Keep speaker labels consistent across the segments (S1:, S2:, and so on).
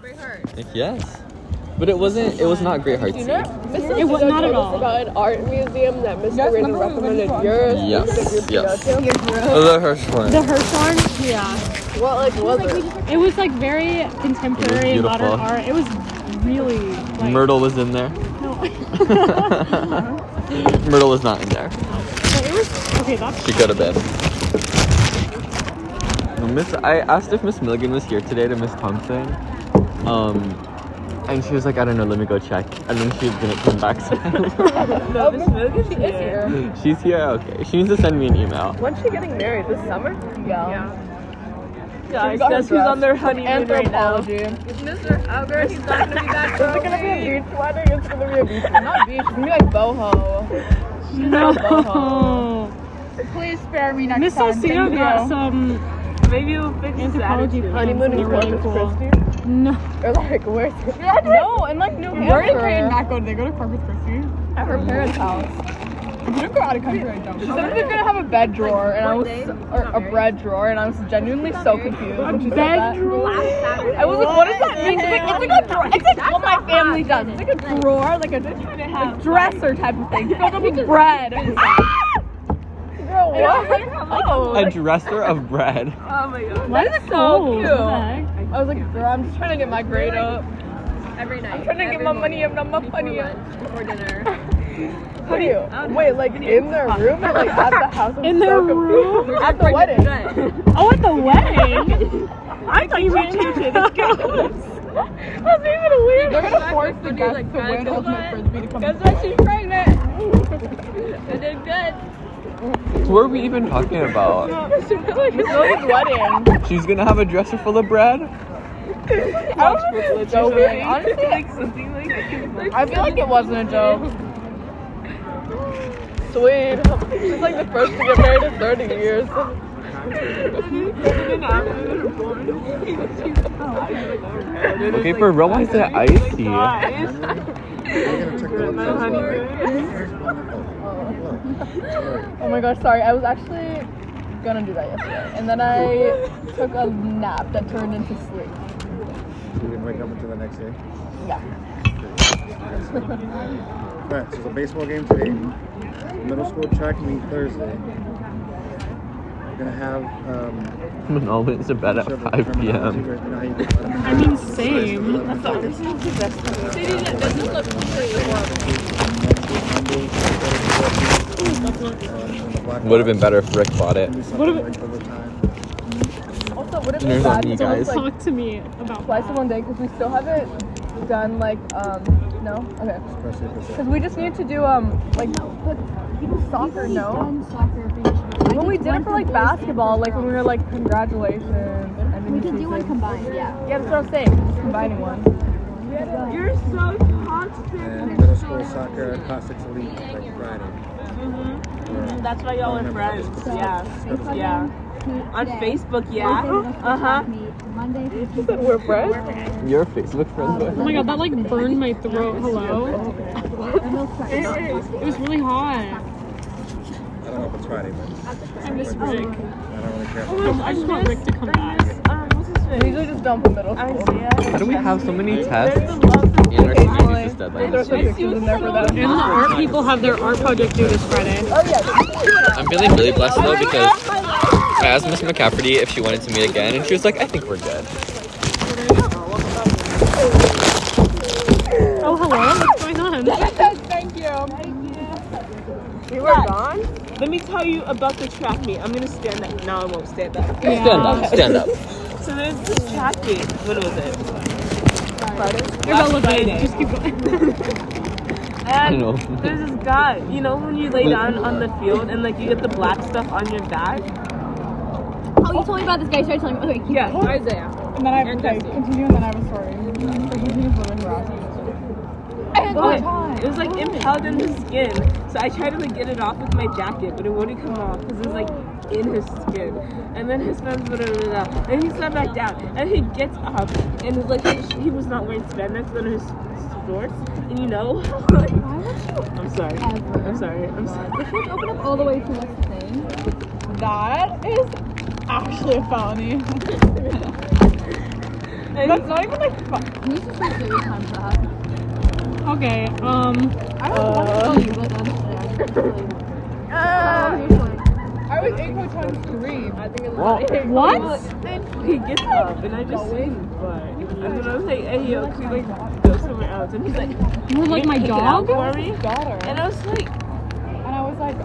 S1: Great Heart.
S2: Yes. But it wasn't. It was not Great Heart
S3: You
S2: Tea.
S3: know, Mr.
S4: It was
S3: Rizzo
S4: not at
S3: told us
S4: all.
S3: about an art museum that Mr. Rizzo
S4: Yes, remember when we went
S3: recommended
S4: to
S3: yours.
S2: Farmville? Yes,
S3: You said you'd
S2: yes.
S3: go to.
S2: The Hirschhorn.
S4: The Hirshhorn, yeah.
S3: What like was it?
S4: It was like very contemporary
S2: It was
S4: modern
S2: beautiful.
S4: art. It was really like
S2: Myrtle was in there.
S4: No,
S2: Myrtle was not in there.
S4: but it was okay. That's
S2: She go to bed. Well, Miss, I asked if Miss Milligan was here today to Miss Thompson, um, and she was like, "I don't know, let me go check." And then she didn't come back. So
S3: No, Miss Mogan's here.
S2: she's here. Okay, she needs to send me an email.
S3: When's she getting married? This summer? Yeah.
S5: Guys, guess who's on their honeymoon right now?
S3: Anthropology. Mr. Alger, he's not gonna be back. Is it gonna be a beach wedding? It's gonna be a beach wedding. Not beach. It's gonna be like boho.
S4: no.
S5: Please spare me next
S4: Miss
S5: time.
S4: Osino got some
S5: Maybe we'll fix this
S4: anthropology
S5: attitude.
S4: plans
S3: Honeymoon
S4: that
S3: in
S4: are really
S3: Corpus
S4: cool.
S3: Christi.
S4: No,
S3: Or like where's
S5: No, and like New Hampshire.
S3: Where did Kate
S5: not go? Did they go to Corpus Christi?
S3: at her parents' house?
S5: If you don't go out of country, I don't.
S3: She said they're gonna have a bed drawer, and I was or a bread drawer, and I was genuinely so confused. when she said that.
S4: bed drawer.
S3: I was like, what does that mean? She's like, it's like a drawer. It's like what my family does. It's like a drawer, like a like Ah! dresser type of thing. Filled up with bread. Girl, what? Oh.
S2: A dresser of bread.
S5: Oh my god.
S4: Oh, What?
S3: That is so
S4: Cool.
S3: cute.
S4: What
S3: I was like, girl, I'm just trying to get my grade up.
S1: Every night.
S3: I'm trying to get
S1: every
S3: my
S1: morning,
S3: money up, not my money
S1: before
S3: up.
S1: lunch, Before dinner.
S3: How do you? Wait, like in their room or like at the house? I'm
S4: In
S3: so
S4: their
S3: confused.
S4: room?
S3: At the wedding.
S1: Good.
S4: the heck? Oh, at the wedding. I thought you were
S3: That's even weird. They're gonna force
S1: Exactly.
S3: the
S1: They're
S3: guests
S1: like,
S3: to
S1: guys,
S3: win
S1: guess
S3: ultimate
S1: what?
S3: frisbee to come.
S1: Guess what? She's pregnant. I did good.
S2: What were we even talking about?
S3: Miss Lillian's wedding.
S2: She's gonna have a dresser full of bread.
S3: It's so weird. Honestly, I feel like it wasn't a joke. Sweet. She's like the first to get married in 30 years.
S2: Okay, for real, why is it icy?
S3: Oh my gosh, sorry. I was actually gonna do that yesterday. And then I took a nap that turned into sleep.
S6: You didn't wake up until the next day.
S3: Yeah.
S6: Alright, so the baseball game today. Middle school track meet Thursday. We're gonna have um
S2: Someone all went to bed at
S6: several
S2: 5
S6: terminology
S2: p.m.
S6: right now. You can-
S4: I mean, same.
S6: That's obviously
S2: Would have been better if Rick bought it.
S6: Would have been.
S3: Also, would it be
S2: There's
S3: bad
S2: only
S3: if someone
S2: guys.
S3: like
S4: Talk to me about
S3: twice in
S4: that.
S3: one day? Because we still haven't done like, um, no? Okay. Because we just need to do, um, like, soccer, no? When we did it for like basketball, like when we were like, congratulations. And we can do one combined, yeah. Yeah, that's what I'm saying. Just combining one.
S5: You're so constant.
S6: And middle school soccer classics elite like Friday. Or-
S5: That's why y'all are friends. Yeah. Yeah. On Facebook, yeah. Uh huh.
S3: We're friends?
S2: Your Facebook friends.
S4: Oh my god, that like burned my throat. Hello. It was really hot.
S6: I don't know if it's Friday, but
S4: I miss Rick.
S6: I don't really care.
S4: I just want Rick to come back.
S5: Um, what's his
S3: We
S5: face?
S3: usually just dump in middle school.
S2: Why
S5: Isaiah.
S2: do we have so many
S5: There's
S2: tests?
S5: a love.
S2: And our
S3: Emily.
S2: community's just
S3: There's some
S2: deadline.
S3: pictures in there for them.
S4: And the art people have their art project due this Friday.
S3: Oh yeah.
S2: I'm feeling really blessed though because I asked Miss McCafferty if she wanted to meet again, and she was like, "I think we're good."
S4: Oh, hello. What's going on?
S3: We were gone.
S5: Let me tell you about the track meet. I'm gonna stand up. No, I won't stand up.
S2: Stand up, stand up.
S5: So there's this track meet. What was it?
S4: You're relevant. Just keep going.
S5: And
S2: know.
S5: there's this guy, you know, when you lay down on the field and like you get the black stuff on your back.
S7: Oh, you told me about this guy. You started telling me. Okay, keep
S5: Yeah.
S1: Isaiah.
S5: And then I okay, continue, and then I was sorry. Oh,
S7: Oh,
S5: It was like impaled in his skin, so I tried to like get it off with my jacket, but it wouldn't come off because it was like in his skin. And then his friends blah, blah, blah, blah, and he sat back down, and he gets up, and it's like he, he was not wearing spandex but his shorts, and you know, like, I'm sorry, I'm sorry, I'm sorry.
S7: open up all the way to what's the thing.
S3: That is actually a felony.
S5: And
S3: That's not even like. fu-
S7: You should spend serious time for that.
S4: Okay, um,
S7: I don't want to Oh, you, but honestly, I just really.
S3: Ah,
S7: Usually.
S3: I was eight times three. I think it's
S2: Well,
S4: what?
S5: he gets up, and I just see his butt. And then I was like, hey, yo, can we like go somewhere else? And he's like,
S4: You were like my
S5: "Pick it up
S4: dog?
S5: for me?
S3: his daughter.
S5: And I was like,
S3: And I was like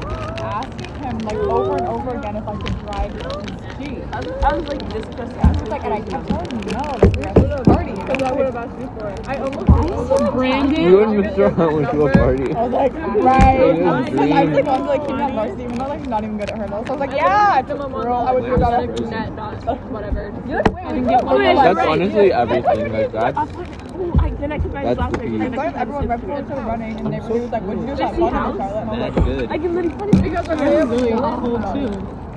S3: asking him like over and over again if I could drive his Jeep.
S5: I was, I was like this close to asking.
S3: Like, and I kept telling him no. Like, we have to party. Because I would have asked you for it. I almost.
S2: We
S4: Brandon?
S2: went to the restaurant, went to a party.
S3: I was like, right.
S2: It is
S3: I was like, I was
S2: green.
S3: like, I was like, you know, varsity, even though like not even good at hurdles. I was like, yeah, it's a girl. I would have got it.
S1: Net, not whatever.
S3: You're like, wait, we
S4: get
S3: go.
S4: one
S3: I'm
S4: last
S3: like,
S2: That's
S3: right.
S2: honestly everything. Like
S5: I was
S2: that's
S5: like, oh, I then I could buy
S2: That's
S5: socks.
S2: the
S5: I
S3: I
S5: can
S3: thought everyone right before started running, and everybody was like, "What'd you do about Bonnie and Charlotte?" And I was like,
S2: good.
S5: I can literally put it
S3: "Because I'm
S4: That
S3: really
S4: was really
S3: cool."
S4: awful too.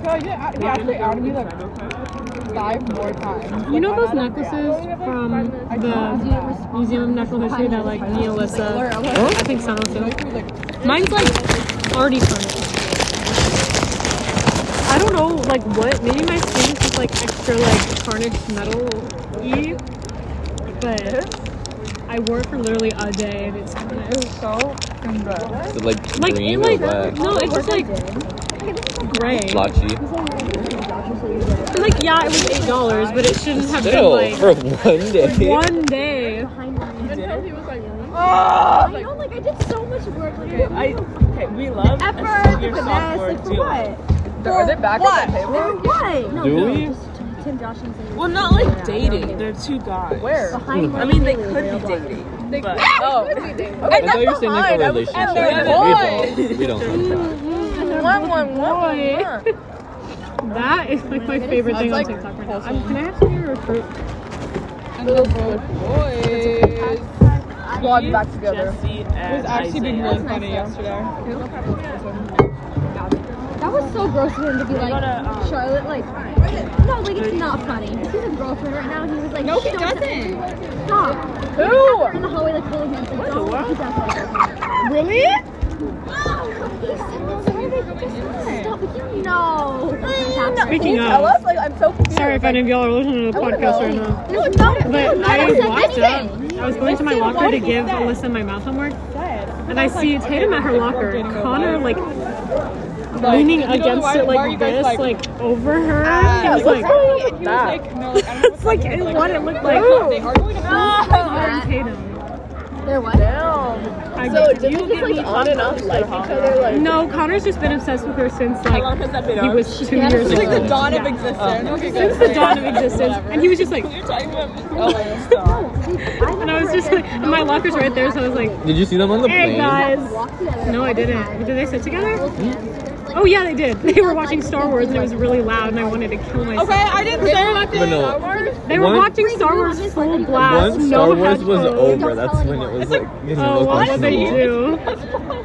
S3: So he didn't- he actually outed me like five more times.
S4: You know
S3: Like,
S4: those
S3: I'm not-
S4: necklaces from the
S3: Yeah.
S4: Museum of Natural History that like me, Alyssa, I think Summer too. Mine's like already furnished. I don't know like what. Maybe my skin is just like extra like tarnished metal y, but I wore it for literally a day and it's kind of
S3: It was so fucking good.
S2: Is it like uh,
S4: like it,
S2: green
S4: like
S2: or what?
S4: no, it's just like gray.
S2: Blotchy.
S4: Like yeah, it was eight dollars, but it shouldn't have been
S2: Still,
S4: like
S2: for one day.
S4: one day.
S7: I know, like I did so much work. Like,
S5: Okay, I, okay, we love a
S7: effort,
S5: senior
S7: the mess,
S5: sophomore
S7: like for
S5: too.
S7: what?
S3: Are they back on the table?
S7: For what? No,
S2: Do
S7: no,
S2: we?
S7: just Tim Josh and Sam.
S5: Well, not like dating. They're two guys.
S3: Where?
S7: Behind
S5: I mean, they could be dating. They but
S3: Oh,
S2: I thought you were saying like a relationship.
S3: they're
S2: We don't. We don't. like that.
S3: one, one, one,
S4: Boy.
S3: one.
S4: That is like my favorite thing on
S3: like,
S4: TikTok right now. I'm, can I have some of your recruit?
S3: Little boys. Squad back together.
S5: Jesse and Isaiah.
S3: funny yesterday.
S7: That was so gross of him to be like
S5: gotta, um,
S7: Charlotte. Like no, like it's not funny. He's a girlfriend right now. He was like no, he doesn't. Stop.
S3: Who?
S7: We're in the hallway like holding hands. Like, don't. He doesn't.
S3: Really?
S7: Stop. We can't. No.
S4: Speaking
S3: Can you tell
S4: of,
S3: us? Like, I'm so confused.
S4: sorry if
S3: like,
S4: any of y'all are listening to the
S3: I wanna
S4: podcast
S3: go.
S4: right now.
S7: No, no,
S4: But
S7: no,
S4: I
S7: no, no,
S4: walked up.
S7: anything.
S4: I was going to my locker to give
S3: said.
S4: Alyssa my math homework, and I see Tatum at her locker, and Connor like leaning against it like this, like over her. He was like, it's like it- what it looked like.
S3: Oh,
S4: Sorry, Tatum.
S7: There was.
S4: I-
S3: So, you just like on and off like each other, like.
S4: No, Connor's just been obsessed with her since like
S5: long has that been
S4: he
S5: on?
S4: was two years
S7: Since,
S4: old.
S7: like,
S3: The dawn of
S4: Yeah.
S3: existence. Okay,
S4: Since the dawn of existence, and he was just like,
S5: You're talking about
S4: and I was just like, and my locker's right there, so I was like,
S2: Did you see them on the
S4: hey
S2: plane?
S4: guys. No, I didn't. Did they sit together? Oh yeah, they did. They were watching Star Wars, and it was really loud, and I wanted to kill myself.
S3: I didn't say
S2: But no,
S4: They were
S2: One-
S4: watching Star Wars full blast.
S2: once Star
S4: no
S2: Wars was
S4: headphones.
S2: over, that's when it was like getting
S4: Oh, what did they
S2: uncomfortable.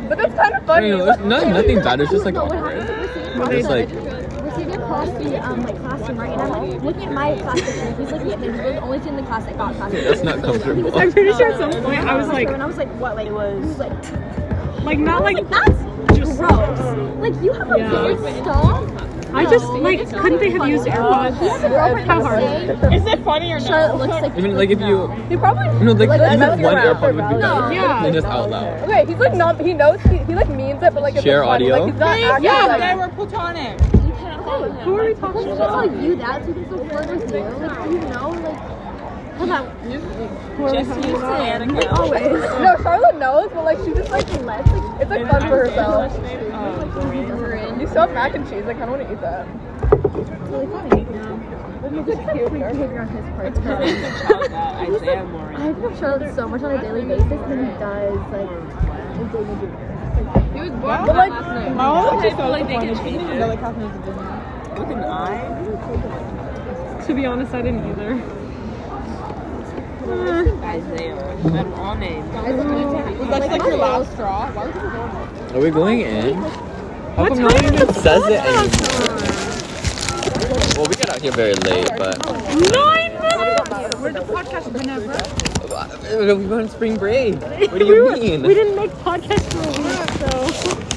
S4: do?
S3: But that's kind of
S2: I
S3: funny.
S2: mean, it's not nothing bad. It's just like awkward. Just like
S7: We're sitting across the um, like classroom, right? And I'm like looking at my class picture. He's looking at theirs. We're the only two in the class that got class
S2: that's not comfortable.
S4: I'm pretty sure at some point I was like,
S7: and I was like, what? Like, it was, like,
S4: like not like
S7: that's
S4: just.
S7: gross. Like, you have a
S4: Yeah.
S7: weird stall.
S4: I just like couldn't they have used AirPods?
S7: He has a girlfriend
S4: How
S7: who's
S4: hard?
S7: saying
S5: Is it funny or not?
S7: Charlotte looks like.
S2: I mean, like if you,
S3: He probably.
S2: no, like
S3: Like,
S2: even
S3: that's
S2: one
S3: around.
S2: AirPod would be better
S4: Yeah.
S2: than just out loud.
S3: Okay, he's like not. He knows. He, he like means it, but like it's
S2: Share
S3: like, funny.
S2: audio?
S3: Like, he's not acting like,
S5: were platonic.
S7: Who are we talking to? tell you that so he can still flirt with you. Like, you know, like. Come on.
S5: Just use Annika.
S7: Always.
S3: No, Charlotte knows, but like she just like lets. Like, it's like fun for herself. You still have mac and cheese. I kind of want to eat that.
S5: Isaiah Morin.
S7: I pick up Charlotte so much on a daily basis, and then he does like.
S3: But like, oh,
S5: I feel like they can change it. With an eye?
S4: To be honest, I didn't either.
S5: Isaiah. Them all names.
S3: that's like your last straw.
S2: Are we going in? How
S4: What
S2: come no one
S4: time is
S2: even
S4: the
S2: says it anymore? Well, we got out here very late, but
S4: Nine minutes.
S2: Uh, we went on spring break. What do you mean?
S4: We didn't make podcast for a week, so